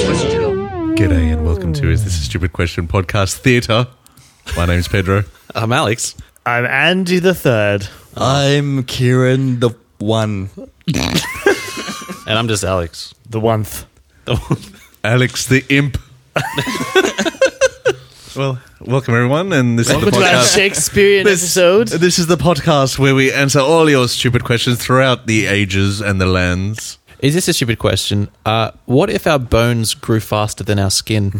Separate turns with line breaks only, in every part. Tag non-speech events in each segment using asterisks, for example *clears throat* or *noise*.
G'day and welcome to Is This a Stupid Question podcast theatre. My name's Pedro.
I'm Alex.
I'm Andy the Third.
I'm Kieran the one.
And I'm just Alex.
The one. th-
Alex the Imp. *laughs* well, welcome everyone, and this
Welcome
is the
to our
podcast.
Shakespearean episode.
This is the podcast where we answer all your stupid questions throughout the ages and the lands.
*laughs* Is this a stupid question? Uh, what if our bones grew faster than our skin?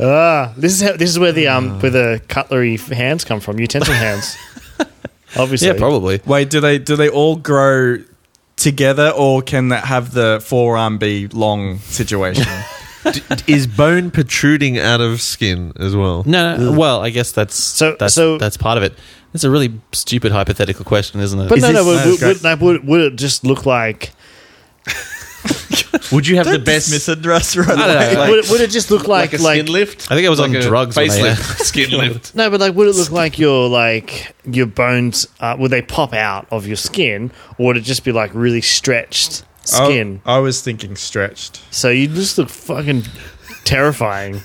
Ah, this is how, this is where the
Ah.
um where the cutlery f- hands come from,
*laughs*
utensil hands. Obviously,
yeah, probably.
Wait, do they do they all grow together, or can that have the forearm be long *laughs* situation?
is bone protruding out of skin as well?
No, no, well, I guess that's
So-
that's,
so-
that's part of it. It's a really stupid hypothetical question, isn't it?
But
Is
no, no,
this-
would,
no,
would,
go-
would, no, would, would it just look like?
Would you have the
Dismiss
best?
it, Russ, right
I don't know,
away.
like-
would, it, would it just look like
Like,
like,
a skin lift?
I think I was on
Like a
drugs when I-
Facelift. *laughs* skin lift.
no, but like would it look like your like your bones? Uh, would they pop out of your skin, or would it just be like really stretched
*laughs*
Oh.
I-
skin?
I, was thinking stretched,
So you just look fucking terrifying.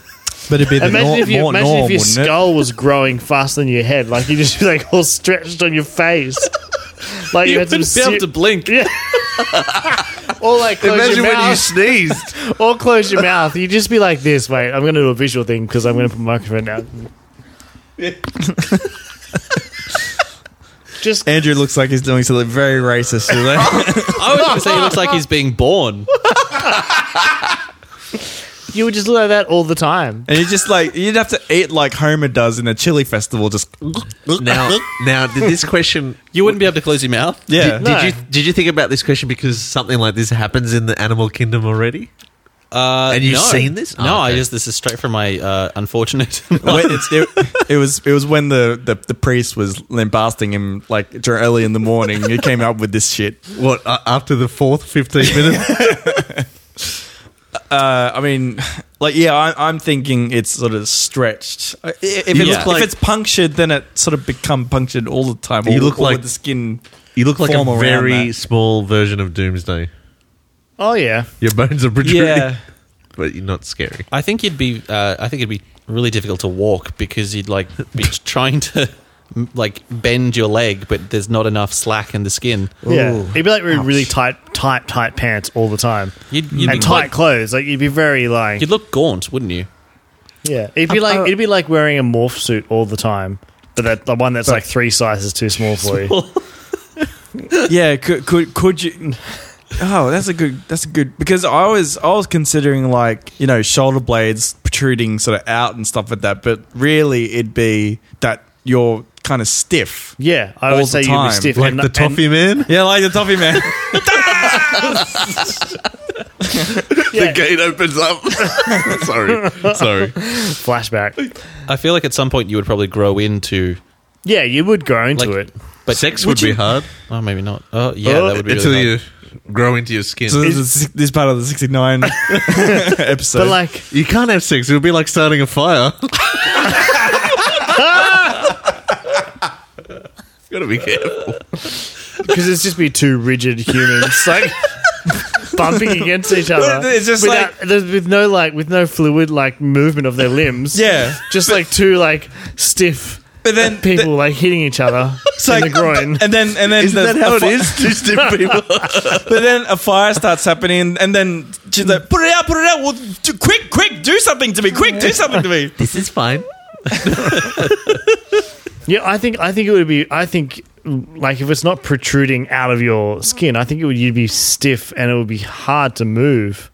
but it'd be the
Imagine
nor-
if, you,
more
imagine
norm,
if your
wouldn't it?
skull was growing faster than your head, like you just be like all stretched on your face, like you,
you
had
wouldn't
some
be
ser-
able to blink.
yeah. or like close
Imagine
your
when you
mouth, *laughs*
sneezed.
or close your mouth. You just be like this. Wait, I'm going to do a visual thing because I'm going to put my microphone down. just
Andrew looks like he's doing something very racist *laughs* today.
I was going to say he looks like he's being born.
you would just look like that all the time.
and you just like you'd have to eat like Homer does in a chili festival. Just
now, now, did this question?
You wouldn't be able to close your mouth.
yeah,
Did,
No.
did you did you think about this question because something like this happens in the animal kingdom already?
Uh,
And you've
no.
seen this? Oh,
no, I
okay.
just this is straight from my uh, unfortunate.
When- it's- it, it was it was when the, the, the priest was lambasting him like dur- early in the morning. He came up with this shit.
What uh, after the fourth, fifteenth minute?
Uh, I mean, *laughs* like yeah, I, I'm thinking it's sort of stretched. Uh, I- If, it
You
look
look
like,
like-
if it's punctured, then it sort of become punctured all the time.
You
All-
look
all
like-
with the skin.
you look like
Form
a
around
very
that.
small version of Doomsday.
Oh yeah,
Your bones are protruding,
Yeah,
*laughs* but you're not scary.
I think you'd be. Uh, I think it'd be really difficult to walk because you'd like
*laughs*
be trying to m- like bend your leg, but there's not enough slack in the skin.
yeah. It'd be like wearing really tight, tight, tight pants all the time.
You'd, you'd
and
be
tight
quite-
clothes, like you'd be very like
you'd look gaunt, wouldn't you?
Yeah, it'd be like it'd be like wearing a morph suit all the time, but that the one that's like three sizes too small for you.
yeah. Could could could you? *laughs* Oh, that's a good. That's a good because I was I was considering like you know shoulder blades protruding sort of out and stuff like that, but really it'd be that you're kind of stiff.
Yeah, I
All
always
the
say you'd be
time.
stiff.
Like
and-
the toffee man,
Yeah, like the toffee man.
and- yeah,
the gate opens up. *laughs* sorry, sorry.
flashback.
I feel like at some point you would probably grow into.
Yeah, you would grow into
Like-
it.
But
Sex would, be hard
Oh, maybe not. Oh, yeah, that would be
until
really hard.
you grow into your skin.
*laughs* So this, is, this part of the sixty *laughs* nine episode.
But like,
you can't have sex. It would be like starting a fire. *laughs* Gotta be careful.
because it's just be two rigid humans
*laughs*
like bumping against each other.
It's just
without, there's- with no like with no fluid like movement of their limbs.
yeah,
just like two like stiff
but then
people like hitting each other
*laughs* It's
in
like-
the groin.
And then and then
Isn't
the-
that how
a
it
fi-
is? Two stiff people.
But then a fire starts happening, and then she's like, "Put it out, put it out! Well, do, quick, quick, do something to me! Quick, do something to
*laughs*
me!"
this is fine.
Yeah, I think I think it would be. I think like if it's not protruding out of your skin, I think it would you'd be stiff and it would be hard to move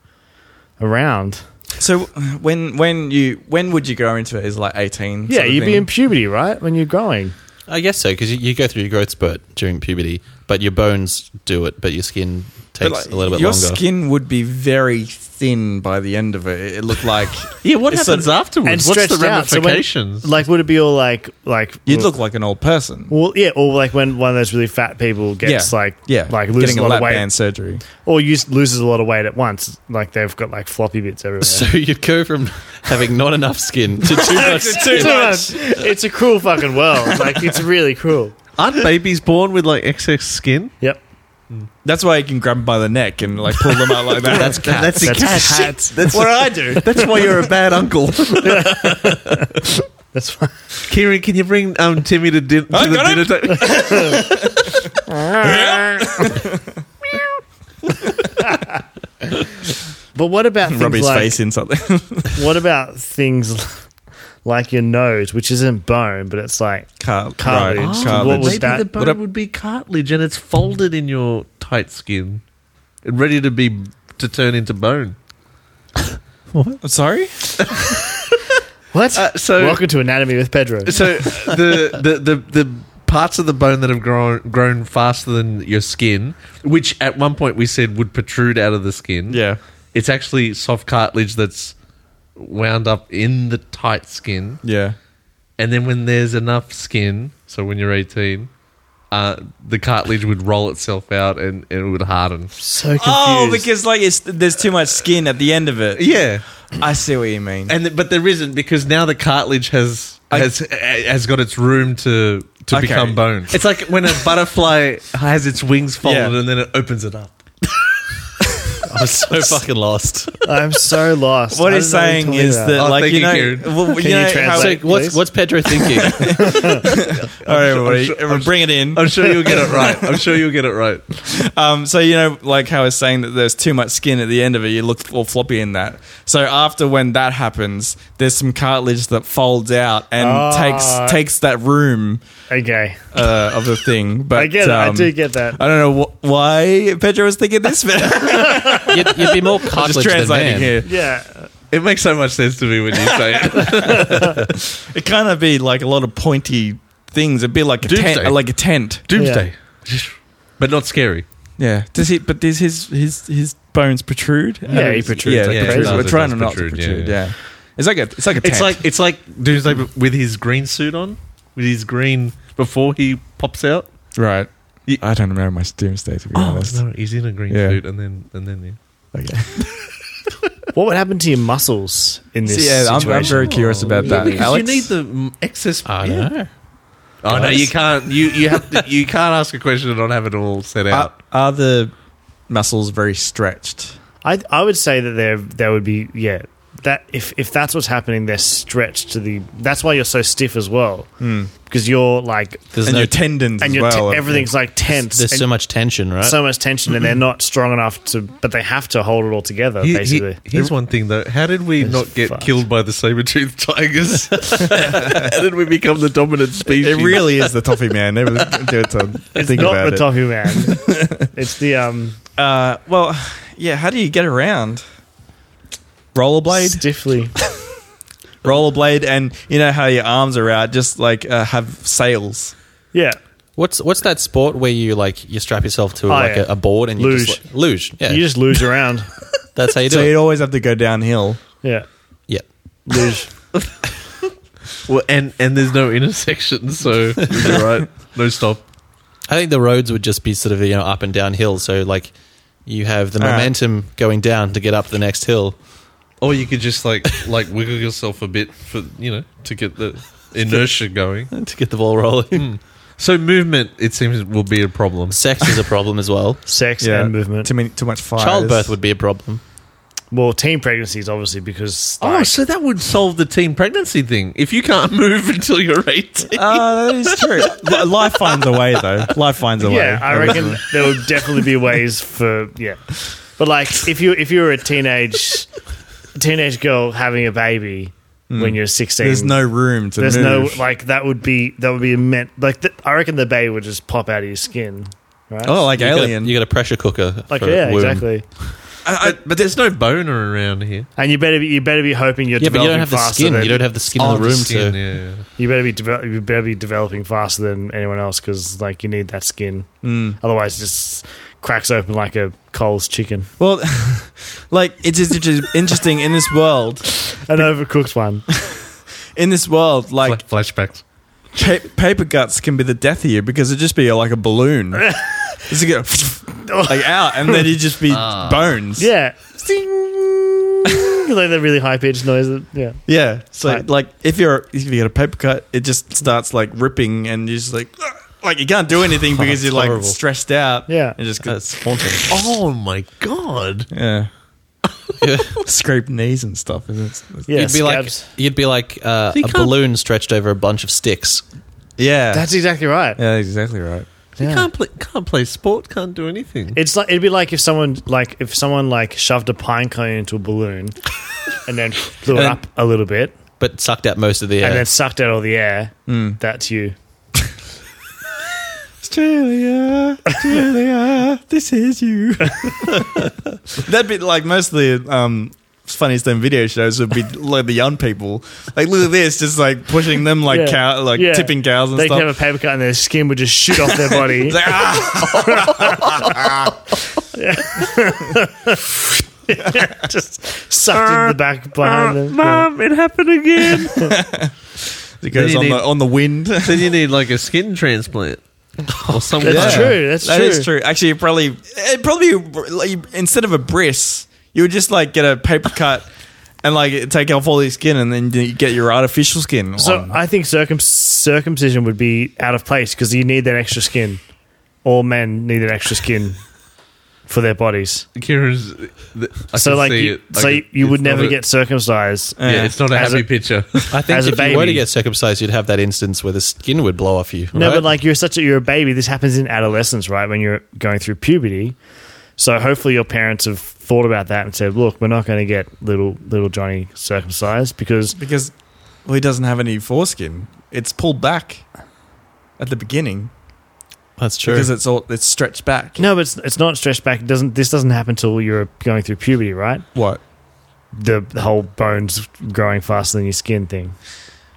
around.
So when when you when would you go into it? Is like eighteen?
yeah, you'd be in puberty, right? When you're growing.
I guess so because you, you go through your growth spurt during puberty, but your bones do it, but your skin takes a little bit
your
longer.
skin would be very thin by the end of it. It looked like *laughs*
Yeah, what
It's
happens
sort
afterwards?
And
What's the
stretched out, so when-
ramifications?
Like, would it be all like like
you'd look like an old
*laughs*
person.
Well, yeah, or like when one of those really fat people gets like
yeah,
like loses
getting
a
a
lot
lap
of weight
band surgery.
or use, loses a lot of weight at once. Like they've got like floppy bits
*laughs*
everywhere. *laughs*
So you'd go from having not enough skin to too much.
It's a- it's a cruel fucking world. Like it's really cruel.
Aren't babies born with like excess skin?
Yep.
That's why you can grab them by the neck and like pull them
*laughs*
out like that. *laughs*
That's cats.
That's a cat.
cats.
That's
what I do.
That's why you're a bad uncle.
That's why.
Kieran, can you bring um, Timmy to, din- to
*laughs* I
the
got
*laughs*
dinner
him.
table?
But what about things
*laughs* rub his
like
face in something. *laughs*
what about things like your nose, which isn't bone, but it's like
Car-
Cartilage.
right,
Oh,
cartilage.
what was
Maybe
that-
the bone
what a-
would be cartilage, and it's folded in your tight skin, and ready to be to turn into bone.
I'm Sorry?
what?
Uh, so,
Welcome to anatomy with Pedro.
*laughs* so the, the the the parts of the bone that have grown grown faster than your skin, which at one point we said would protrude out of the skin.
Yeah.
it's actually soft cartilage that's wound up in the tight skin.
Yeah.
And then when there's enough skin, so when you're 18, uh, the cartilage would roll itself out and, and it would harden.
So confused.
Oh, because like it's there's too much skin at the end of
*laughs*
it.
Yeah,
I see what you mean.
and th- but there isn't because now the cartilage has
I-
has uh, has got its room to to
Okay.
become bone. It's like when a butterfly has its wings folded
Yeah.
and then it opens it up.
I'm so fucking lost.
*laughs* I'm so lost.
what
I
he's
don't know
saying
you're talking
is
about.
that
Oh,
like
thank
you
you,
know,
Kieran.
well,
Can you
know how-
translate?
so what's
please.
what's Pedro thinking?
all right, everybody,
sure- I'm
everyone, bring it in.
I'm sure you'll get it *laughs* right. I'm sure you'll get it right.
Um, so you know, like how I was saying that there's too much skin at the end of it. You look all floppy in that. So after when that happens, there's some cartilage that folds out and
Ah.
takes takes that room
okay.
uh, of the thing. But
I get it. I
um,
do get that.
I don't know wh- why Pedro was thinking this, but *laughs*
You'd, you'd be
*laughs*
more
just
cartilage than
translating
man.
here.
yeah.
It makes so much sense to me when you say it.
It kind of be like a lot of pointy things. It'd be like a
Doomsday.
tent, like a tent.
*laughs* Doomsday, but not scary.
Yeah. Does he? But does his his his bones protrude?
Yeah, he protrudes
Yeah,
like
yeah,
crazy.
protrudes.
Does
We're
it
trying
does
not to
protrude, yeah,
protrude.
yeah.
Yeah. It's like a it's like a
It's
tent.
like it's like Doomsday with his green suit on, with his green before he pops out.
right.
Ye-
I don't remember my doomsday to be honest.
Oh, no, he's in a green
Yeah.
suit, and then and then yeah.
Okay.
What would happen to your muscles in this?
So, yeah, I'm, I'm
situation?
very curious about that.
Oh, because
Alex?
you need the mm, excess.
I
yeah.
know.
Oh no,
Guys.
you can't. You you have to, you can't ask a question and not have it all set
are,
out.
are the muscles very stretched?
I I would say that there there would be yeah that if if that's what's happening they're stretched to the that's why you're so stiff as well because you're like
There's
and
no.
your tendons
and
as
you're
well.
te- everything's like tense
there's
and
so much tension, right?
so much tension and they're not strong enough to but they have to hold it all together
Uh, He- he-
basically
here's one thing though. How did we
It's
not get
fucked.
killed by the saber-toothed *laughs* tigers? How did we become the dominant species?
It really is the toffee man. It was, it's a,
it's
think
not
about
the
it.
toffee man it's the um
Uh, well, yeah. How do you get around? Rollerblade,
stiffly
rollerblade, and you know how your arms are out, just like uh, have sails.
yeah
What's what's that sport where you like you strap yourself to
Oh,
like
yeah.
a, a board and you
Luge.
just like, luge? Yeah,
you just lose around
that's how you do
So
it.
you'd always have to go downhill.
yeah
Yeah,
lose
Well, and and there's no intersection, so *laughs* you're right. No stop.
I think the roads would just be sort of you know up and down hill. So like you have the
All right.
momentum going down to get up the next hill. *laughs*
Or you could just like like wiggle yourself a bit for you know *laughs* to get the inertia going. Hmm.
to get the ball
*laughs*
rolling.
So movement, it seems, will be a problem.
Sex is a problem as well.
sex and movement
Too many, too much fire.
Childbirth
*laughs*
would be a problem.
well teen pregnancies obviously because
Oh,
like,
so that would solve the teen pregnancy thing. If you can't *laughs* move until you're 18,
Uh, that is true. Li- Life finds a way, though. Life finds a way.
Yeah,
Uh,
I reckon *laughs* there would definitely be ways for yeah. But like if you if you were a teenage teenage girl having a baby
Hmm.
when you're 16,
There's no room to
there's no
move.
like that would be that would be meant like th- I reckon the baby would just pop out of your skin, right?
oh, like
You got, a,
alien.
you got a pressure cooker.
like
for
yeah,
womb.
exactly.
but, but there's no boner around here.
And you better be, you better be hoping you're
Yeah, but you
developing
don't have the
faster
skin.
than
You don't have the skin
Oh,
in the room
skin,
to.
yeah.
you better be devel- you better be developing faster than anyone else because like you need that skin.
Hmm.
Otherwise, it just cracks open like a Cole's chicken,
well, *laughs* like it's just, it's just interesting in this world.
an
*laughs*
overcooked one. *laughs*
In this world, like
Fla- flashbacks.
pa- paper guts can be the death of you because it'd just be like a balloon.
*laughs*
Just go like out, and then it'd just be bones.
Ah. Yeah. *laughs* like that really high pitched noise. that- Yeah.
yeah. So
Right.
like, if you're if you get a paper cut, it just starts like ripping, and you're just like. like you can't do
*laughs*
anything because
it's
you're like
horrible.
stressed out.
Yeah.
and just
That's haunting.
Oh my god!
yeah,
Yeah.
scraped knees and stuff. Isn't it?
Yeah,
*laughs* you'd be
scabs.
like you'd be like uh,
You
a
can't-
balloon stretched over a bunch of sticks.
yeah,
That's exactly right.
yeah, that's exactly right.
You
Yeah.
can't play, can't play sport. Can't do anything.
It's like it'd be like if someone like if someone like shoved a pine cone into a balloon and then blew it
And-
up a little bit
But sucked out most of the
and
air.
then sucked out all the air. That's you.
Australia, Australia, *laughs* this is you. That'd be like most of the um, funniest them video shows would be like the young people. Like look at this, just like pushing them like
Yeah.
cow, like
Yeah.
tipping cows and
They
stuff.
could have a paper cut and their skin would just shoot off their body.
It's like, ah!
*laughs* just sucked in the back behind them.
Mom, it happened again.
It goes
They
on
need-
the on the wind. *laughs*
then you need like a skin transplant
*laughs*
or something.
That's true, that's
That is
true.
true. Actually, it probably it probably like, instead of a bris, you would just like get a paper cut and like take off all your skin, and then you get your artificial skin.
So
on.
I think circum- circumcision would be out of place because you need that extra skin. All men need an extra skin for their bodies.
Kira's. uh, th- I
so
can
like,
see
you,
it. I
so
can-
you- you would
it's not
never
a-
get circumcised.
Yeah, it's not a
As
happy
a-
picture.
I think
as a
if you were
baby.
to get circumcised, you'd have that instance where the skin would blow off you.
No,
right?
but like you're such a you're a baby. This happens in adolescence, right? When you're going through puberty. So hopefully your parents have thought about that and said, "Look, we're not going to get little little Johnny circumcised because
Because well, he doesn't have any foreskin. It's pulled back at the beginning
that's true.
because it's all it's stretched back.
no, but it's, it's not stretched back. It doesn't this doesn't happen till you're going through puberty, right?
What?
The, the whole bones growing faster than your skin thing.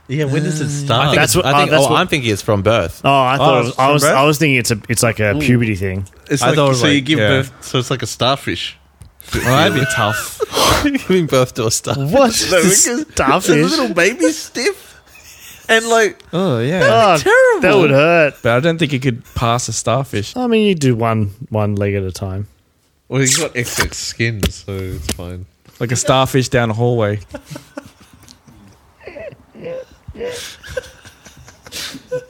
Yeah, when does
Uh,
it
I
start?
think,
That's what-
I think,
oh, that's
oh,
what-
I'm thinking it's from birth. *laughs*
Oh, I thought it was, I
from
was
birth?
I was thinking it's a it's like a
Ooh.
puberty thing.
*laughs* it's
I
like,
thought it was
so you
like-
give
yeah.
birth, so it's like a starfish. *laughs*
Well, that'd be tough.
Giving birth to a star.
*laughs* What
No, because
starfish?
the
*laughs*
little baby stiff, and like
Oh yeah,
Oh,
terrible.
that would hurt.
but I don't think he could pass a starfish.
I mean, you do one one leg at a time.
Well, he's got excess skin, so it's fine.
Like a starfish down a hallway.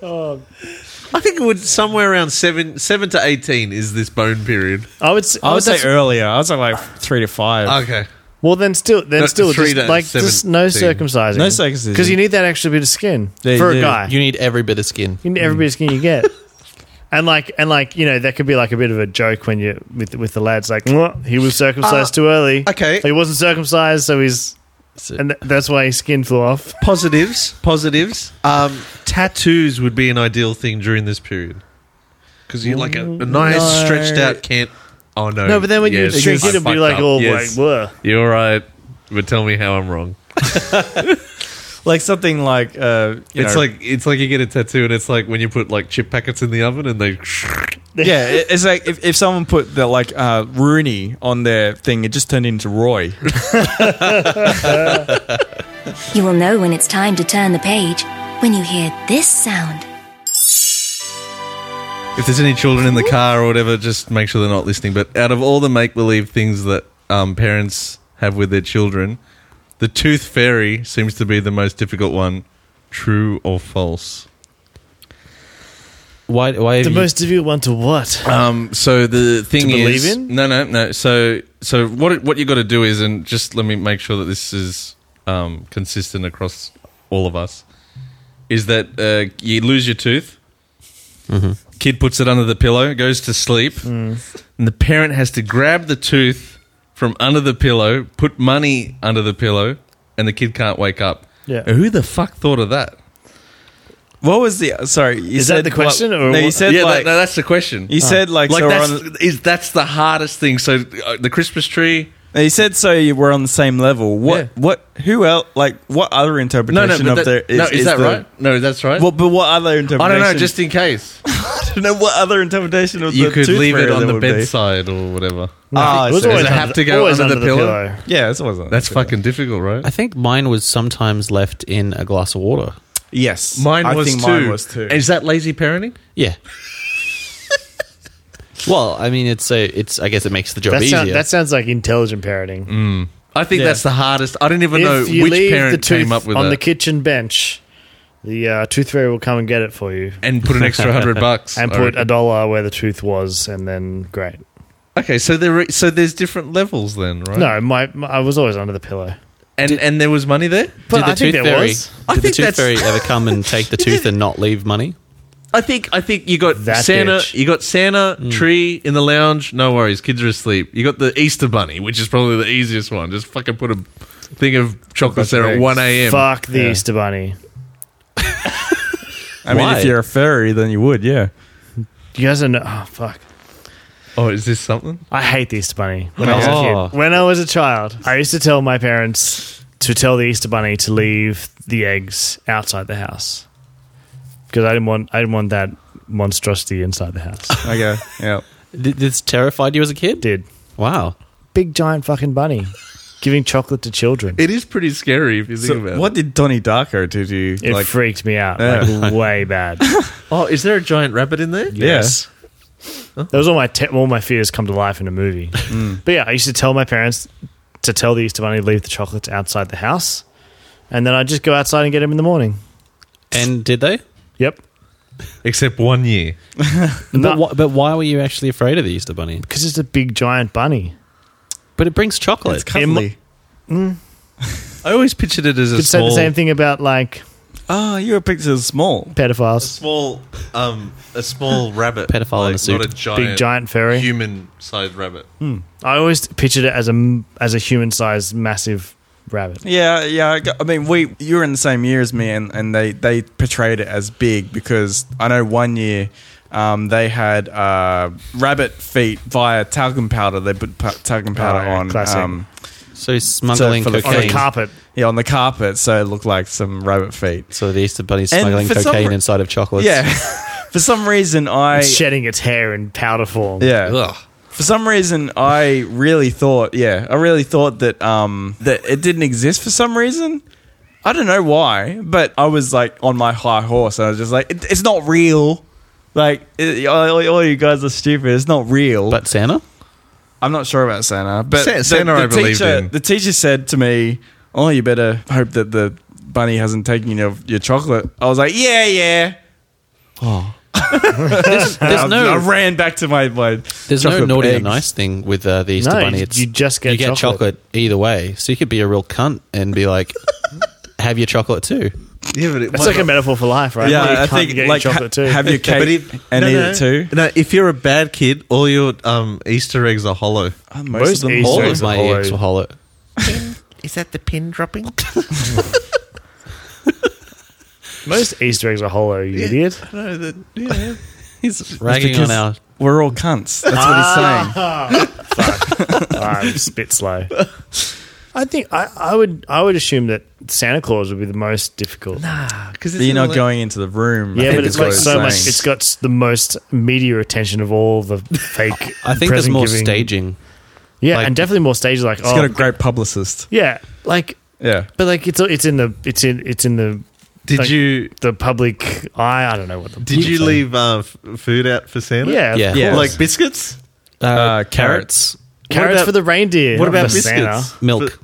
I think it would somewhere around seven, seven to eighteen is this bone period.
I would s-
I would say
Oh,
er-
that's-
earlier. I was like three to five.
Okay,
Well, then still, then
No,
still,
three to
just, like just no
seventeen.
circumcising,
No circumcision.
because you need that extra bit of skin
Yeah,
for
you
a
do.
guy.
You need every bit of skin.
You need every bit of skin you get,
*laughs*
and like and like you know that could be like a bit of a joke when you with with the lads like "Mwah, he was circumcised too early.
Uh, okay.
he wasn't circumcised, so he's
So-
and th- that's why his skin flew off.
positives, positives. Um, tattoos would be an ideal thing during this period because you like a, a nice
No.
stretched out can't. Oh no,
Mm, No, but then when
Yes.
you shrink
I
it, it'll
fucked
be like "Oh,
up.
all
Yes.
like, "Whoa."
you're right, but tell me how I'm wrong.
like something like uh, you
it's
know-
like it's like you get a tattoo, and it's like when you put like chip packets in the oven, and they. *laughs*
yeah, it- it's like if, if someone put the like uh, Rooney on their thing, it just turned
*laughs*
into Roy.
You will know when it's time to turn the page when you hear this sound.
If there's any children in the car or whatever, just make sure they're not listening. But out of all the make believe things that um, parents have with their children, the tooth fairy seems to be the most difficult one. True or false?
Why? Why?
The
have you-
most difficult one to what?
Um, so the thing
To believe
is,
in?
no, no, no. So, so what it- what you got to do is, and just let me make sure that this is um, consistent across all of us, is that uh, you lose your tooth.
Mm-hmm.
Kid puts it under the pillow, goes to sleep,
Mm.
and the parent has to grab the tooth from under the pillow, put money under the pillow, and the kid can't wake up.
Yeah.
Who the fuck thought of that?
What was the sorry? You
Is that
said
the question,
What,
or
no, you
what-
said
yeah,
like
that- that's the question.
you
Ah.
said like,
like
so we're
that's
on-
is that's the hardest thing. So uh, the Christmas tree.
Now, You said so you were on the same level. What?
Yeah.
What? Who else? Like what other
No,
interpretation
no, but
of
that,
there?
no, is, that
the-
right? No, that's right.
Well, but what other
I
interpretation?
don't know. Just in case,
I don't know what other interpretation of
you
*laughs* the
could
tooth
leave it
fairy
on
there
the
would be.
bedside or whatever.
Ah,
It was
so-
always
Oh, Does it have
under-
to go
always
under the pillow?
*laughs* yeah, it wasn't.
That's fucking difficult, right?
I think mine was sometimes left in a glass of water.
Yes,
Mine
I
was
think
too.
Mine was too.
Is that lazy parenting?
Yeah. well, I mean, it's a, it's. I guess it makes the job
That,
easier.
sound, that sounds like intelligent parenting.
I think
Yeah.
that's the hardest. I don't even know
if you
Mm. which
leave the
parent
tooth
came up with
on
that.
the kitchen bench, The uh, tooth fairy will come and get it for you,
and put an extra
*laughs*
hundred bucks
and
I
put
reckon.
a dollar where the tooth was, and then great.
Okay, so there i- so there's different levels then, right?
No, my, my I was always under the pillow.
and and there was money there.
did
But
the
I think
tooth
there
fairy,
was.
I
Did the
think
tooth
that's-
fairy ever come and take the tooth and not leave money?
I think I think you got
That
Santa,
bitch.
you got Santa tree in the lounge. No worries, kids are asleep. You got the Easter bunny, which is probably the easiest one. Just fucking put a thing of chocolates there at
eggs.
one a.m.
Fuck the
Yeah.
Easter bunny.
I mean,
Why?
if you're a furry, then you would, yeah.
You guys are no- oh fuck.
Oh, is this something?
I hate the Easter bunny. When I was a
Oh.
kid, when I was a child, I used to tell my parents to tell the Easter bunny to leave the eggs outside the house because I didn't want I didn't want that monstrosity inside the house. *laughs*
Okay, yeah.
*laughs* Th- This terrified you as a kid?
Did
Wow.
big giant fucking bunny giving chocolate to children?
It is pretty scary if you *laughs* think
So
about
what
it.
did Donnie Darko do to you?
It freaked me out like way bad.
Oh, is there a giant rabbit in there?
yes.
That was all my te- all my fears come to life in a movie. But yeah, I used to tell my parents to tell the Easter Bunny to leave the chocolates outside the house, and then I'd just go outside and get him in the morning.
And did they?
Yep.
Except one year.
But,
No,
wh- but why were you actually afraid of the Easter Bunny?
because it's a big giant bunny.
But it brings chocolate.
It's cuddly.
I always pictured it as a
Could say
small,
the same thing about like
Oh, you were picked as small.
pedophiles.
small, um, a small rabbit,
Pedophile in a suit.
not a giant, Mm.
Big giant fairy.
human-sized rabbit.
I always pictured it as a m- as a human sized massive rabbit.
Yeah, yeah. I g- I mean, we you were in the same year as me, and, and they they portrayed it as big because I know one year um, they had uh, rabbit feet via talcum powder. They put pa- talcum powder
yeah,
on
classic.
um,
so smuggling
for the-
On
cocaine.
the carpet,
yeah on the carpet, so it looked like some rabbit feet.
so the Easter Bunny's smuggling
for some
cocaine
re-
inside of chocolates.
Yeah. *laughs* for some reason, I
it's shedding its hair in powder form.
yeah.
Ugh.
For some reason, I really thought, yeah, I really thought that um, that it didn't exist for some reason. I don't know why, but I was like on my high horse, and I was just like, it, "It's not real." Like, it, all, all you guys are stupid. It's not real.
But Santa?
I'm not sure about Santa, but
Sa- Santa I believed
teacher,
in.
The teacher said to me, "Oh, you better hope that the bunny hasn't taken your your chocolate." I was like, "Yeah, yeah."
Oh.
*laughs* There's
*laughs* I, I
no,
ran back to my my.
there's no
chocolate
naughty or
eggs.
nice thing with uh, the Easter
No,
Bunny.
you- you just get
you get
chocolate.
chocolate. either way. So you could be a real cunt and be like, *laughs* have your chocolate too.
Yeah, but it
It's like a metaphor for life, right? You
Yeah, I
can't
think
get your
like
chocolate
ha-
too. *laughs*
have your
But
cake
if-
and
no,
eat
no.
it too.
No, if you're a bad kid, all your um, Easter eggs are hollow.
Oh,
Most Easter
All
eggs
of
are
my
hollow.
eggs were hollow.
Is that the pin dropping?
Most Easter eggs are hollow, you idiot.
no, that, yeah.
He's ragging on
because-
our.
We're all cunts. That's
Ah.
what he's
*laughs*
saying.
I'm spit slow. *laughs* I think I, I would I would assume that Santa Claus would be the most difficult.
because
But you're not going into the room.
yeah,
I think
but
that's
it's
what
got
he's
so much.
saying.
It's got s- the most media attention of all the fake.
I think there's
present
more
giving.
staging.
Yeah,
like-
and definitely more stages. Like,
it's
oh,
got a great publicist.
yeah, like,
*laughs* Yeah.
but like it's it's in the it's in it's in the
Did
like-
you
the public eye. I don't know what the
did you leave uh, f- food out for Santa?
yeah
Yeah.
yeah
Yeah.
like biscuits.
Uh,
Uh, carrots.
carrots
about-
for the reindeer.
What
not
about
for
biscuits?
Santa.
Milk.
But,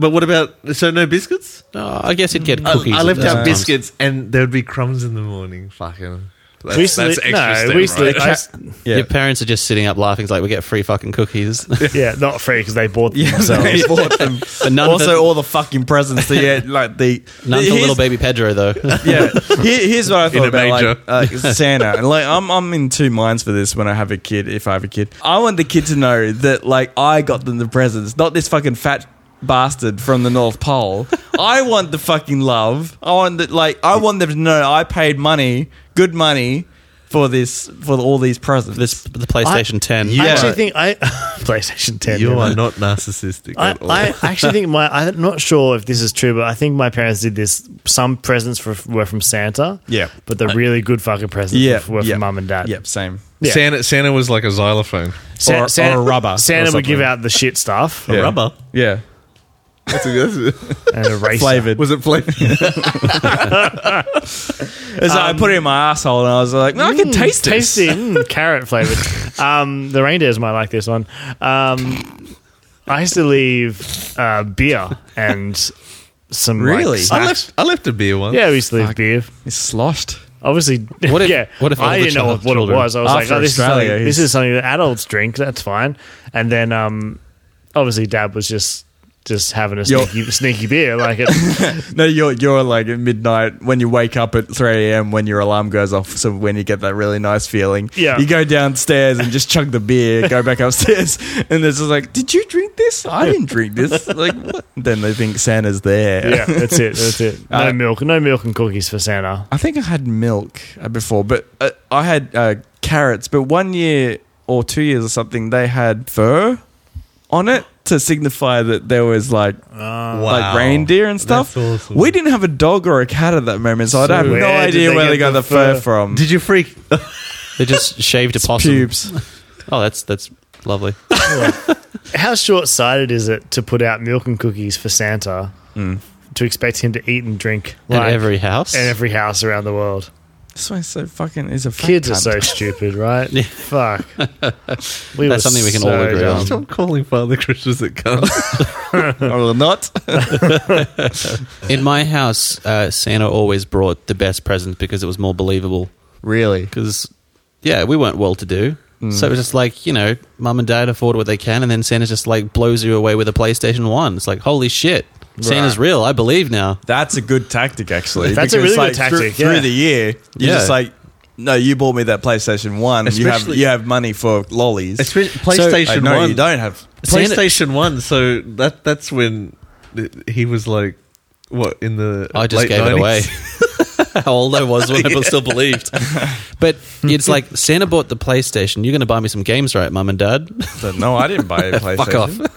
but what about so no biscuits?
Oh, I guess it'd get
I,
cookies.
I left out
sometimes.
biscuits, and there would be crumbs in the morning. Fucking. That's,
We used to
that's
li-
extra
no,
step,
we used to
right?
li- I used-
Yeah.
Your parents are just sitting up laughing. It's like, we get free fucking cookies.
yeah, not free because they bought them
*laughs* Yeah,
themselves.
they bought them.
But none of
also,
the-
all the fucking presents. The yeah, like the
None
*laughs*
for
here's-
little baby Pedro, though.
Yeah, *laughs* Here- here's what I
In
thought
a
about
manger.
like, uh, Santa. And, like I'm, I'm in two minds for this when I have a kid. If I have a kid, I want the kid to know that like I got them the presents, not this fucking fat bastard from the North
*laughs*
Pole. I want the fucking love. I want that like I want them to know I paid money, good money, for this for all these presents.
This the PlayStation 10.
I
Yeah.
actually think I *laughs* PlayStation Ten.
You
yeah.
are not narcissistic
I,
at all.
I
*laughs*
actually think my I'm not sure if this is true, but I think my parents did this. Some presents for, were from Santa,
Yeah.
but the really good fucking presents
yeah,
were
yeah.
from mum and dad.
Yep, same.
Yeah.
Santa Santa was like a xylophone.
Sa-
Or- or
Santa-
a rubber or
Santa would give
something.
out the shit stuff
*laughs* Yeah.
Rubber.
Yeah,
That's a, that's a,
and eraser.
*laughs*
flavored.
was it flavored?
It's like, I put it in my asshole and I was like, no, I can
Mm,
taste this.
Tasty mm, carrot
*laughs*
flavored. Um, the reindeers might like this one. Um, I used to leave uh, beer and some
Really?
*laughs*
Like,
I
snacks.
left, I left a beer once.
yeah, we used to leave
Fuck.
beer.
It's sloshed.
Obviously, *laughs*
What if-
yeah.
what if all
I
the
didn't know
child-
what it
children-
was? I was
After
like, oh, this is,
Australia,
something, this
he's-
is something that adults drink. That's fine. And then, um, obviously, Dad was just just having a
Yo.
sneaky, sneaky beer. Like,
*laughs*
it,
No, you're you're like at midnight when you wake up at three a.m. when your alarm goes off. So when you get that really nice feeling,
Yeah.
you go downstairs and just chug the beer, go back upstairs, *laughs* and it's just like, did you drink this? I didn't
*laughs*
drink this. Like, what? then they think Santa's there.
yeah, that's it. That's it. No
Uh,
milk. No milk and cookies
*laughs*
for Santa.
I think I had milk uh, before, but uh, I had uh, carrots. But one year or two years or something, they had fur on it to signify that there was like like reindeer and stuff.
That's awesome.
We didn't have a dog or a cat at that moment, so, I have
where did
no idea
they
where
get
they got
the
the fur,
fur?
from.
Did you freak?
They just shaved a possum.
Pubes.
Oh, that's that's lovely.
How short sighted is it to put out milk and cookies for Santa to expect him to eat and drink
Mm. In
like,
every house.
in every house around the world?
*laughs* This one's so fucking is a fat
Kids are
cunt. *laughs*
so
*laughs*
stupid, right? Fuck. We
That's
were
something we can
so
all agree on.
dumb.
Stop calling Father Christmas that comes.
or not.
In my house, uh, Santa always brought the best present because it was more believable.
really?
Because, yeah, we weren't well to do. So it was just like, you know, mum and dad afford what they can, and then Santa just like blows you away with a PlayStation 1. It's like, holy shit, Santa's real. I believe now.
That's a good tactic, actually.
That's a
because,
really good
like,
tactic,
Through,
yeah.
through the year, you're
Yeah.
just like, no, you bought me that PlayStation One. you have
Especially-
you have money for lollies.
PlayStation
Like, no, you don't have.
Santa-
PlayStation One. So that that's when th- he was like, what in the
I just
late
gave
90s?
it away. *laughs* How old I was
*laughs*
when I
*laughs*
still believed. But it's like, Santa bought the PlayStation. You're going to buy me some games, right, mum and dad? *laughs*
So, no, I didn't buy a PlayStation.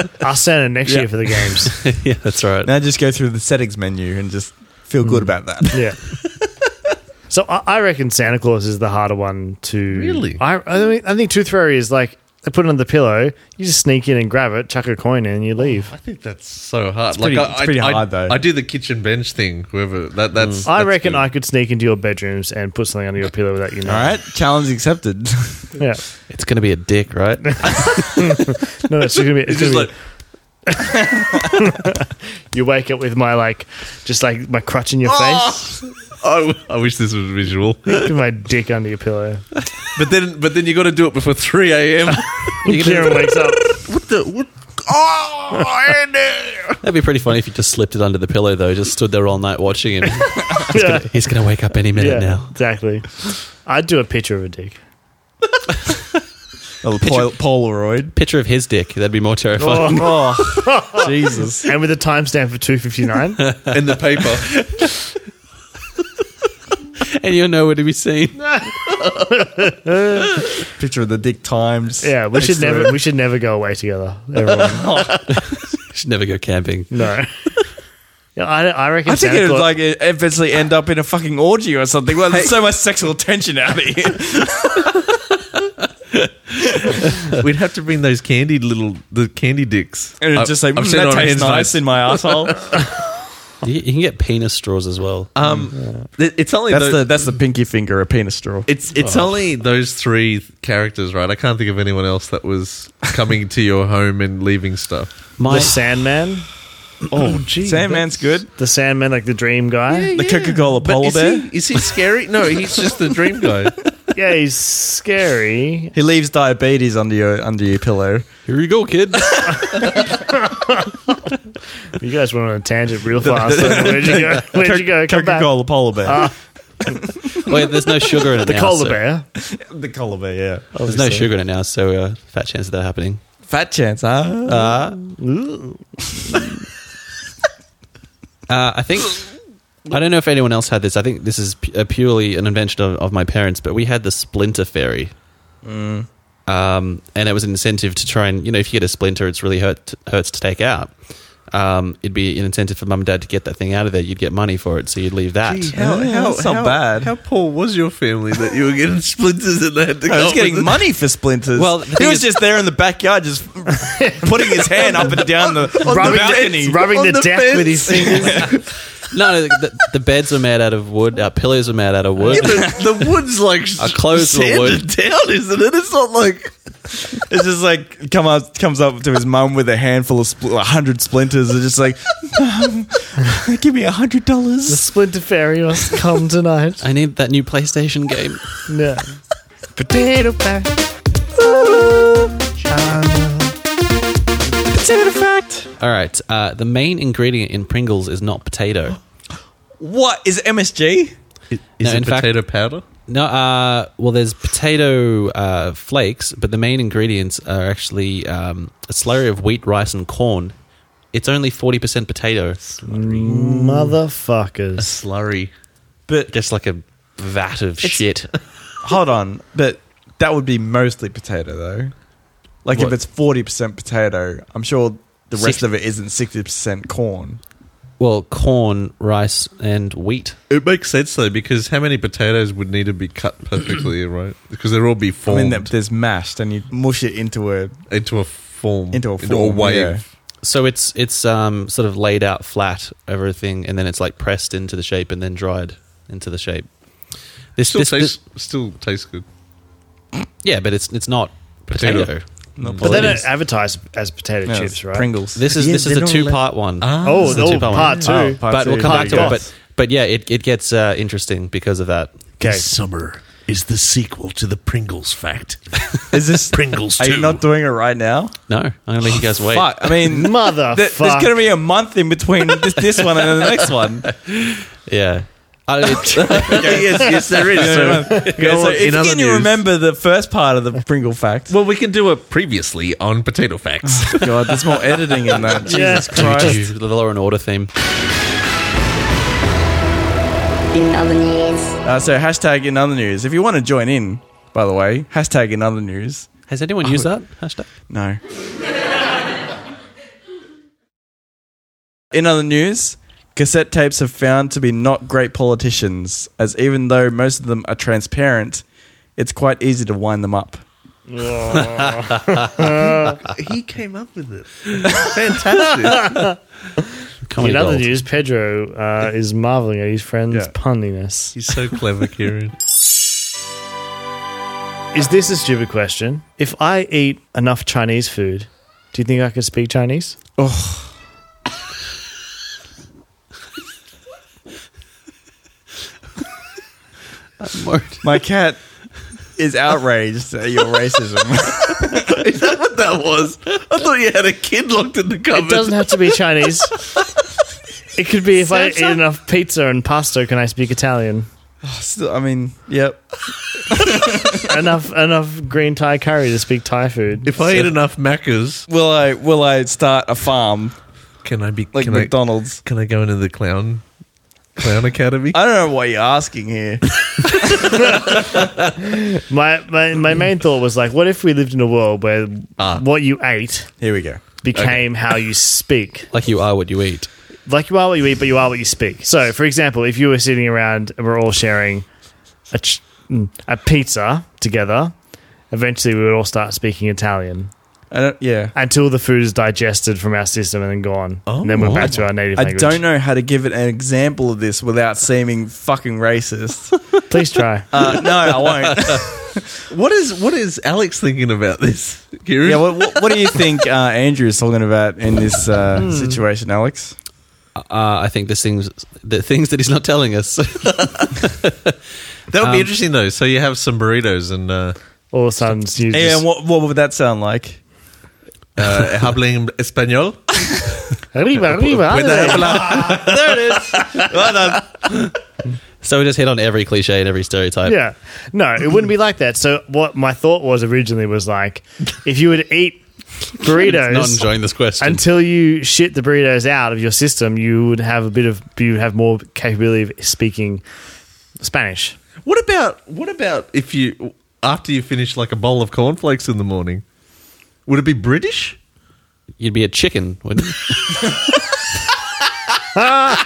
Fuck off.
I'll send it next year for the games.
yeah, that's right.
*laughs*
Now just go through the settings menu and just feel good
Hmm.
about that.
Yeah. So I, I reckon Santa Claus is the harder one to
Really?
I I, mean, I think Tooth Fairy is like they put it on the pillow, you just sneak in and grab it, chuck a coin in, and you leave.
I think that's so hard.
pretty-
like I,
it's pretty
I,
hard, though. Mm.
I do the kitchen bench thing. Whoever that that's.
I
that's
reckon
good.
I could sneak into your bedrooms and put something under your pillow without you knowing.
All right, challenge accepted. *laughs*
Yeah.
It's going to be a dick, right?
No, it's gonna be.
It's
It's
just
gonna
like
be- *laughs* You wake up with my like, just like my crutch in your
Oh. Ah! *laughs* I, w- I wish this was visual,
face, with my dick under your pillow.
but then but then you got to do it before three
*laughs*
a.m.
Kieran wakes up.
what the what? Oh, Andy!
That'd be pretty funny if you just slipped it under the pillow, though. Just stood there all night watching
*laughs*
him.
yeah,
He's going to wake up any minute
yeah,
now.
exactly. I'd do a picture of a dick.
A pol- Polaroid.
Picture of his dick. That'd be more terrifying.
*laughs* Oh,
*laughs*
Jesus.
And with a timestamp for two fifty
*laughs*
nine.
And the paper.
Oh.
*laughs* And you'll know where to be
*laughs*
seen.
Picture of the dick times.
Yeah, we should
Excellent. *laughs*
never we should never go away together. Everyone,
Should never go camping.
no. Yeah, I, I reckon.
I think
Santa
it would
Claus-
like it eventually end up in a fucking orgy or something. Well, there's so much sexual tension out of here.
We'd have to bring those candy little the candy dicks.
*laughs* And
I-
it's just like,
I've
mm,
seen it
that
on
tastes
Hen's
nice
Nights.
in my *laughs* asshole.
You, you can get penis straws as well.
Uh,
Um, th- it's only
that's
tho-
the that's the pinky finger, a penis straw. Oh.
It's it's only those three characters, right? I can't think of anyone else that was coming to your home and leaving stuff.
My
the Sandman,
Oh, gee,
Sandman's good.
the Sandman, like the dream guy.
The Coca-Cola polar
is
bear.
He, is he scary? No, he's just the dream guy.
Yeah, he's scary.
He leaves diabetes under your under your pillow.
here you go,
*laughs*
kid.
You guys went on a tangent
*laughs*
real fast. Where'd you go? Where'd you go? Come back. Ah.
Coca-Cola polar bear.
Wait, there's no sugar in it
The
now.
polar
so-
bear.
*laughs* the polar bear, yeah.
There's no sugar in it now, so uh, fat chance of that happening.
Fat chance, huh? Uh,
Ooh.
Uh, I think I don't know if anyone else had this. I think this is pu- uh, purely an invention of, of my parents, but we had the splinter fairy. Um, and it was an incentive to try and you know if you get a splinter, it's really hurt hurts to take out. Um, it'd be an incentive for mum and dad to get that thing out of there. You'd get money for it, so you'd leave that.
how- how- that's not
*laughs*
bad.
How poor was your family that you were getting splinters and they had to
I
go?
was getting money for splinters.
Well, the
he
thing
was
is-
just there in the backyard, just putting his hand up and down the, the
Rubbing
balcony.
the, rubbing
On
the,
the
deck
fence.
with his
*laughs*
fingers.
*laughs* No, no the, the beds were made out of wood. Our pillows were made out of wood.
*laughs* the, the wood's like
Our clothes were
sanded
wood.
down, isn't it? It's not like
It's just like come up, comes up to his mum with a handful of spl- a hundred splinters. It's just like, "Mum, *laughs* give me a hundred
The
dollars.
Splinter Fairy must come tonight.
I need that new PlayStation game.
No.
*laughs* Potato fact. Potato fact.
All right. Uh, the main ingredient in Pringles is not potato.
What is MSG?
Is
No, in
it
fact-
potato powder?
No, uh, well, there's potato uh, flakes, but the main ingredients are actually um, a slurry of wheat, rice, and corn. It's only 40% potato.
Motherfuckers.
Slurry.
But
Just like a vat of shit. *laughs*
hold on, but that would be mostly potato though. Like if
What?
it's forty percent potato, I'm sure the rest
Six-
of it isn't sixty percent corn.
well, corn, rice, and wheat.
It makes sense though because how many potatoes would need to be cut *clears throat* perfectly, right? Because they'd all be
I mean,
formed
that there's mashed and you mush it into a
into a form,
Into a form,
wave.
yeah.
So it's it's um, sort of laid out flat over a thing, and then it's like pressed into the shape and then dried into the shape. This,
Still
this-
tastes, still tastes good.
this- yeah, but it's it's not
Potato.
potato.
But they
Well, it
don't
is.
advertise as potato
Yeah,
chips, right?
Pringles.
This is
Yeah,
this is
they're
a
not
two
allowed-
part one.
Ah.
Oh,
This is a
oh,
two-part one.
part two.
Oh, part
but we'll
two.
come
Part
back to it.
goth.
But but yeah, it, it gets uh, interesting because of that.
Okay.
This summer is the sequel to the Pringles fact.
Is this?
Pringles
Are
2.
you
*laughs*
not doing it right now?
No, I'm gonna make you guys wait.
Fuck, I *laughs* mean,
Motherfuck.
th- there's going to be a month in *laughs* between this, this one and then the
*laughs*
next one.
Yeah, *laughs* I, it's,
yes, yes, there is.
Okay, so if you can you remember the first part of the Pringle fact?
well, we can do it previously on potato facts.
*laughs* God, there's more editing in *laughs* that.
Yeah.
Jesus Christ.
the Law and Order theme.
In other news,
Uh, so hashtag in other news. If you want to join in, by the way, hashtag in other news.
Has anyone used that hashtag?
No. In other news, cassette tapes have found to be not great politicians, as even though most of them are transparent, it's quite easy to wind them up.
he came up with it. Fantastic.
Comedy
In other
gold.
news, Pedro uh, is marveling at his friend's
Yeah.
punniness.
He's so clever, Kieran.
Is this a stupid question? If I eat enough Chinese food, do you think I could speak Chinese?
My cat is outraged at your racism.
is that *laughs* what that was? I thought you had a kid locked in the
It doesn't
cupboard.
have to be Chinese. It could be if I eat enough pizza and pasta, can I speak Italian?
*laughs* Still, I mean, yep.
enough enough green Thai curry to speak Thai food.
If I eat enough macas,
Will I will I start a farm
can I be
like
can I,
McDonald's?
can I go into the clown clown academy?
I, don't know what you're asking here.
my, my my main thought was like, what if we lived in a world where
Ah.
what you ate
Here we go.
became how you speak?
*laughs* Like you are what you eat.
Like you are what you eat, but you are what you speak. So, for example, if you were sitting around and we're all sharing a ch- mm, a pizza together, eventually we would all start speaking Italian
I don't. Yeah.
until the food is digested from our system and then gone, and then we're back to our native
Oh. I
language.
don't know how to give it an example of this without seeming fucking racist.
Please try.
Uh, no, I won't.
What is what is Alex thinking about this, Kieran?
*laughs* yeah. What, what, what do you think uh, Andrew is talking about in this uh, situation, Alex?
Uh, I think the things the things that he's not telling us. *laughs*
that would be
Um,
interesting though. So you have some burritos and uh,
all of a sudden,
*laughs*
you
Yeah.
just,
And what, what would that sound like?
uh, hablan español.
arriba,
Puede
arriba.
hablar-
so we just hit on every cliche and every stereotype.
yeah. No, it wouldn't be like that. So what my thought was originally was like, if you would
*laughs*
eat
Not
burritos
enjoying this question.
until you shit the burritos out of your system, you would have a bit of you would have more capability of speaking Spanish.
what about what about if you after you finish like a bowl of cornflakes in the morning? Would it be British?
You'd be a chicken, wouldn't
*laughs*
you?
uh,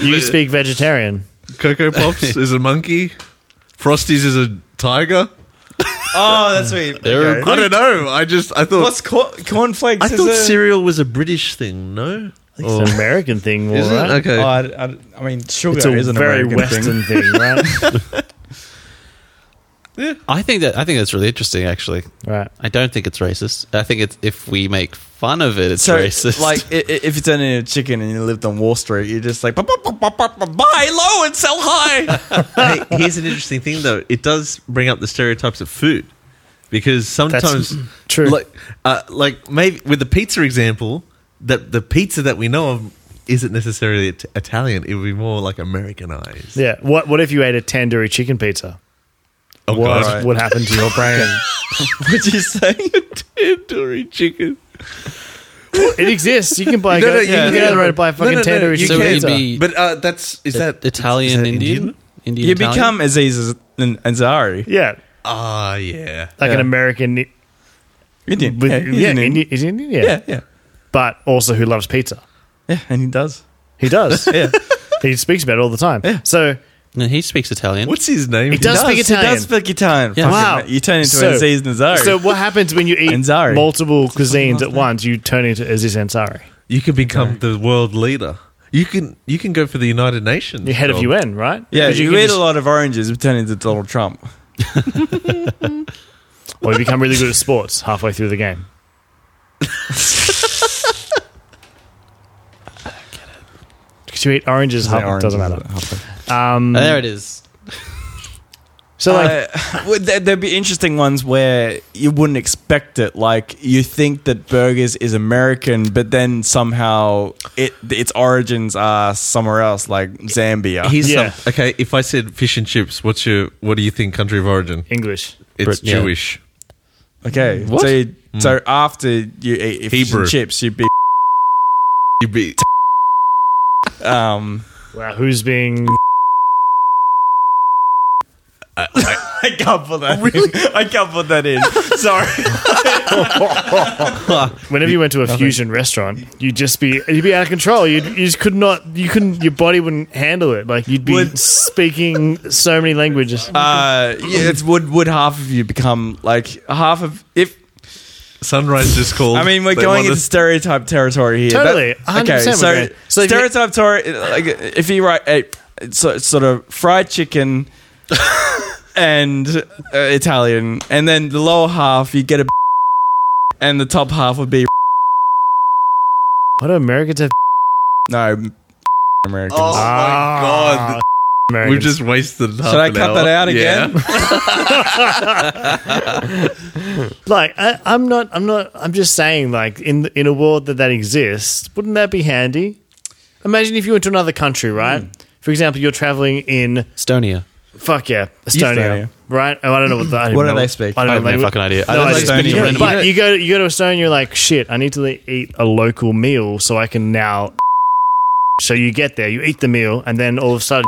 You speak vegetarian.
Cocoa Pops is a monkey. Frosties is a tiger.
Oh, that's sweet.
They're
Okay.
I don't know. I just I thought
*laughs* What's cor- cornflakes?
I
is
thought
a-
cereal was a British thing. No, Or-
It's an American thing, more,
is it?
right?
Okay.
Oh, I, I- I mean, sugar
It's a
is an
very
American
Western thing, right?
*laughs* I think that I think that's really interesting. Actually,
Right.
I don't think it's racist. I think it's if we make fun of it, it's
So,
racist.
like, i- i- if you turned into a chicken and you lived on Wall Street, you're just like, "Bup, bup, bup, bup, bup, bup, buy low and sell high.
*laughs* Hey, here's an interesting thing, though. It does bring up the stereotypes of food because sometimes,
true.
Like, uh, like maybe with the pizza example, that the pizza that we know of isn't necessarily it- Italian. It would be more like Americanized.
Yeah. What What if you ate a tandoori chicken pizza?
Oh
What
God.
would happen to your brain?
*laughs*
Would you say?
Tandoori chicken.
*laughs* it exists. You
*laughs*
can buy.
No, no,
go,
you
you
can-
can go to the road and buy a
no, no,
fucking
no,
tandoori
you
chicken
can.
pizza.
It'd be-
But uh, that's is that
Italian
is that
Indian? Indian?
You
Italian?
become Aziz Az- An- Ansari.
yeah,
Ah, yeah.
like an
Yeah.
American. With,
Indian.
yeah,
Yeah, Indian.
Indian, is he Indian? Yeah.
yeah, yeah.
but also who loves pizza.
Yeah, and he does.
He does.
*laughs* Yeah.
he speaks about it all the time. So
No, he speaks Italian.
What's his name?
he does speak
He
Italian.
does speak Italian.
Yeah.
Fucking
Wow.
ma- You turn into
So-
Aziz Ansari.
So what happens when you eat
Ansari.
multiple cuisines at once? You turn into Aziz Ansari,
You can become the world leader. You can you can go for the United Nations.
the head of
job.
UN, right?
yeah,
'Cause
you,
can
eat
just-
a lot of oranges, you turn into Donald Trump.
Or you become really good at sports halfway through the
*laughs*
game. Because you eat oranges, half, doesn't matter. Um,
Oh, there it is.
so like,
Uh, well, there, there'd be interesting ones where you wouldn't expect it. Like you think that burgers is American, but then somehow it its origins are somewhere else, like Zambia.
Here's
Yeah.
some, okay, if I said fish and chips, what's your what do you think country of origin?
English.
It's
Brit- yeah.
Jewish.
okay, so you, so after you eat fish
Hmm. Hebrew.
and chips, you'd be
You'd be
*laughs* um.
Wow, who's being?
*laughs*
*laughs*
I can't put that. Really? In. I can't put that *laughs* in. Sorry.
Whenever you went to a fusion restaurant, you'd just be you'd be out of control. You'd, you just could not. You couldn't. Your body wouldn't handle it. Like you'd be
Would-
speaking so many languages.
Uh, yeah, it's would would half of you become like half of if
Sunrise just called.
I mean, we're
Oh, They
going
want
into
us-
stereotype territory here.
Totally, 100%
so,
we're going. So if you-
stereotype territory. Like, if you write a so, sort of fried chicken
*laughs*
and uh, Italian, and then the lower half you get a, *laughs* and the top half would be *laughs*
Why do Americans have?
no *laughs* American.
Oh my god.
Ah, Americans.
We've just wasted. Half
Should I
an
cut
hour.
that out
Yeah.
again?
like I, I'm not. I'm not. I'm just saying. Like in in a world that that exists, wouldn't that be handy? Imagine if you went to another country, right? For example, you're traveling in
Estonia.
fuck yeah Estonia,
Estonia.
right? Oh, I don't know what the, I don't
What
even
do
know
they speak?
I
I
don't
have
know.
no
like,
fucking idea. I
no,
don't
I
speak
don't
any
either.
random-
But-
But you go you go to Estonia, you're like, shit, I need to eat a local meal so I can now. *laughs* So you get there, you eat the meal, and then all of a sudden,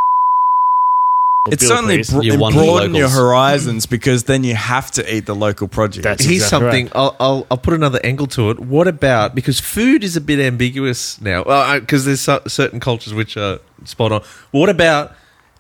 It's
Bill,
certainly
please.
bro-
You want
broaden your
locals.
horizons because then you have to eat the local produce.
*laughs*
That's
Here's
exactly
something.
right.
I'll, I'll I'll put another angle to it. What about because food is a bit ambiguous now? Because there's so, certain cultures which are spot on. What about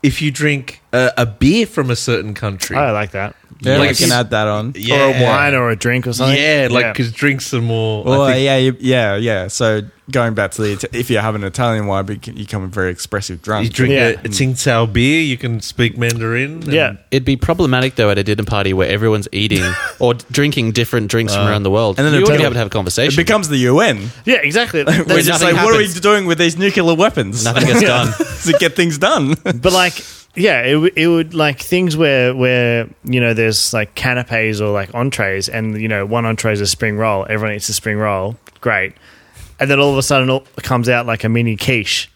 if you drink uh, a beer from a certain country?
I like that.
yeah,
Like
you
if
can
you-
add that on.
yeah.
Or a wine or a drink or something.
yeah, like because drinks are more.
Well,
I think,
yeah, you, yeah, yeah. So going back to the, Ita- if you have an Italian wine, but you can- you become a very expressive drunk.
you drink
Yeah.
a, a Tsingtao beer, you can speak Mandarin. and-
yeah.
It'd be problematic though at a dinner party where everyone's
*laughs*
eating or d- drinking different drinks
Uh,
from around the world.
and
And
then
then you
it'll
wouldn't
tell-
be able to have a
it
conversation.
becomes the UN.
Yeah,
*laughs*
exactly.
We're
That's-
just like,
nothing
what are we
happens.
doing with these nuclear weapons? *laughs*
Nothing gets done.
to get things done.
but like, yeah, it, w- it would like things where where you know there's like canapes or like entrees, and you know one entree is a spring roll. Everyone eats a spring roll. Great. And then all of a sudden, it comes out like a mini quiche,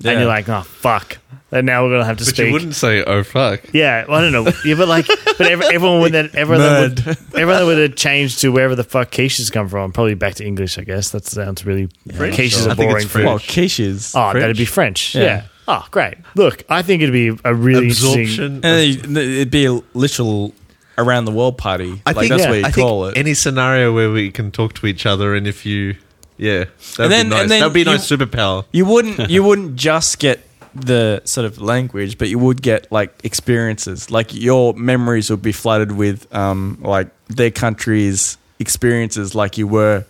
Yeah.
and you're like, oh fuck! And now we're gonna have to
But
speak.
you wouldn't say, "Oh fuck."
Yeah, well, I don't know. Yeah, but like, but ev- everyone would then everyone then would
*laughs*
everyone then would have changed to wherever the fuck quiches come from. Probably back to English, I guess. That sounds really quiches
I
are
think
boring.
it's
food.
well, quiches.
Oh, that'd be French. Yeah.
Yeah.
Oh, great. Look, I think it'd be a really interesting.
Absorption.
and then you- it'd be a literal around the world party.
I
like
think
that's
yeah,
what you
I think
call it.
Any scenario where we can talk to each other, and if you, yeah, that'd
then-
be nice.
and then
that'd be a
you-
nice superpower.
you wouldn't you wouldn't *laughs* just get the sort of language, but you would get like experiences. Like your memories would be flooded with um, like their country's experiences, like you were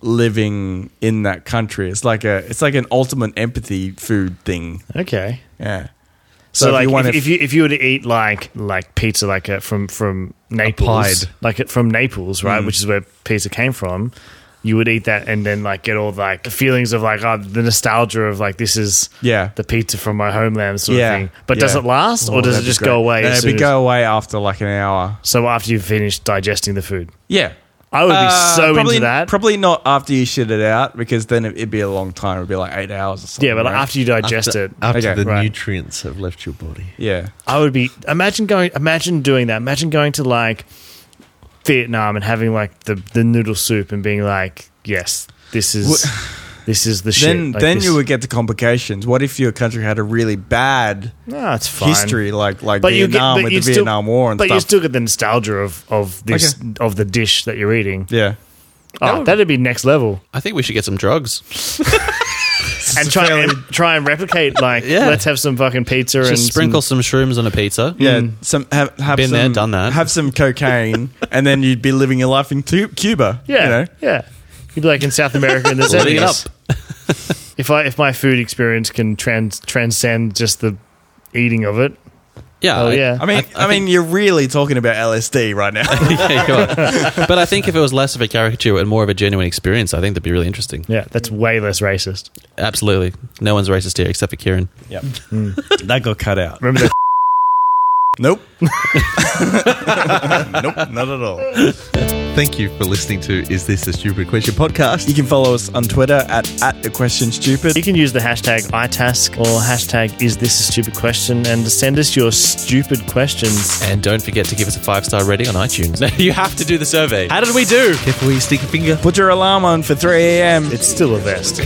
living in that country. It's like a it's like an ultimate empathy food thing.
Okay.
Yeah.
So,
So if
like,
you
if,
wanna
if,
f-
you if you were to eat like like pizza like uh, from from Naples,
pied.
like it from Naples,
Mm.
right, which is where pizza came from, you would eat that and then like get all like the feelings of like oh, the nostalgia of like this is
Yeah.
the pizza from my homeland sort
Yeah.
of thing. But does
Yeah.
it last or
Oh,
does
that'd
it
be
just
great.
go away?
No,
as
it'd
soon
be
as-
go away after like an hour.
so after you've finished digesting the food,
Yeah.
I would be
Uh,
so
probably,
into that.
Probably not after you shit it out because then it, it'd be a long time. It'd be like eight hours or something.
yeah, but like,
right?
after you digest
after,
it,
after
Okay,
the
right.
nutrients have left your body.
yeah.
I would be imagine going imagine doing that. Imagine going to like Vietnam and having like the, the noodle soup and being like, Yes, this is *laughs* this is the shit.
then
Like,
then
this-
you would get the complications. What if your country had a really bad
no, it's fine.
history like like
But you get-
Vietnam
but
with
you'd
the
still-
Vietnam War and
But you
stuff?
still get the nostalgia of, of this of the dish that you're eating.
yeah.
Oh, that'd be next level.
I think we should get some drugs.
And try and try and replicate
*laughs*
like
Yeah.
let's have some fucking pizza and
Just
some-
sprinkle some, shrooms on a pizza.
Yeah,
Hmm.
some have, have
Been
some,
there, done that.
Have some
*laughs*
cocaine, and then you'd be living your life in Tu- Cuba.
Yeah,
you know?
yeah. You'd be like in South America in the
Living it up.
seventies. *laughs* If I if my food experience can trans, transcend just the eating of it,
Yeah.
oh
I-
yeah.
I mean, I, mean, you're really talking about LSD right
*laughs*
now.
*laughs* Yeah, you are. but I think if it was less of a caricature and more of a genuine experience, I think that'd be really interesting.
Yeah, that's way less racist.
Absolutely. No one's racist here except for Kieran.
that got cut out.
Remember *laughs* that?
Nope. nope, not at all.
Thank you for listening to Is This a Stupid Question podcast.
You can follow us on Twitter at, at the question
You
stupid.
can use the hashtag iTask or hashtag is this a stupid question and send us your stupid questions.
And don't forget to give us a five star rating on iTunes. No, *laughs* you have to do the survey. How did we do?
Careful, you stick a finger.
Put your alarm on for 3 a.m.
It's still a vest.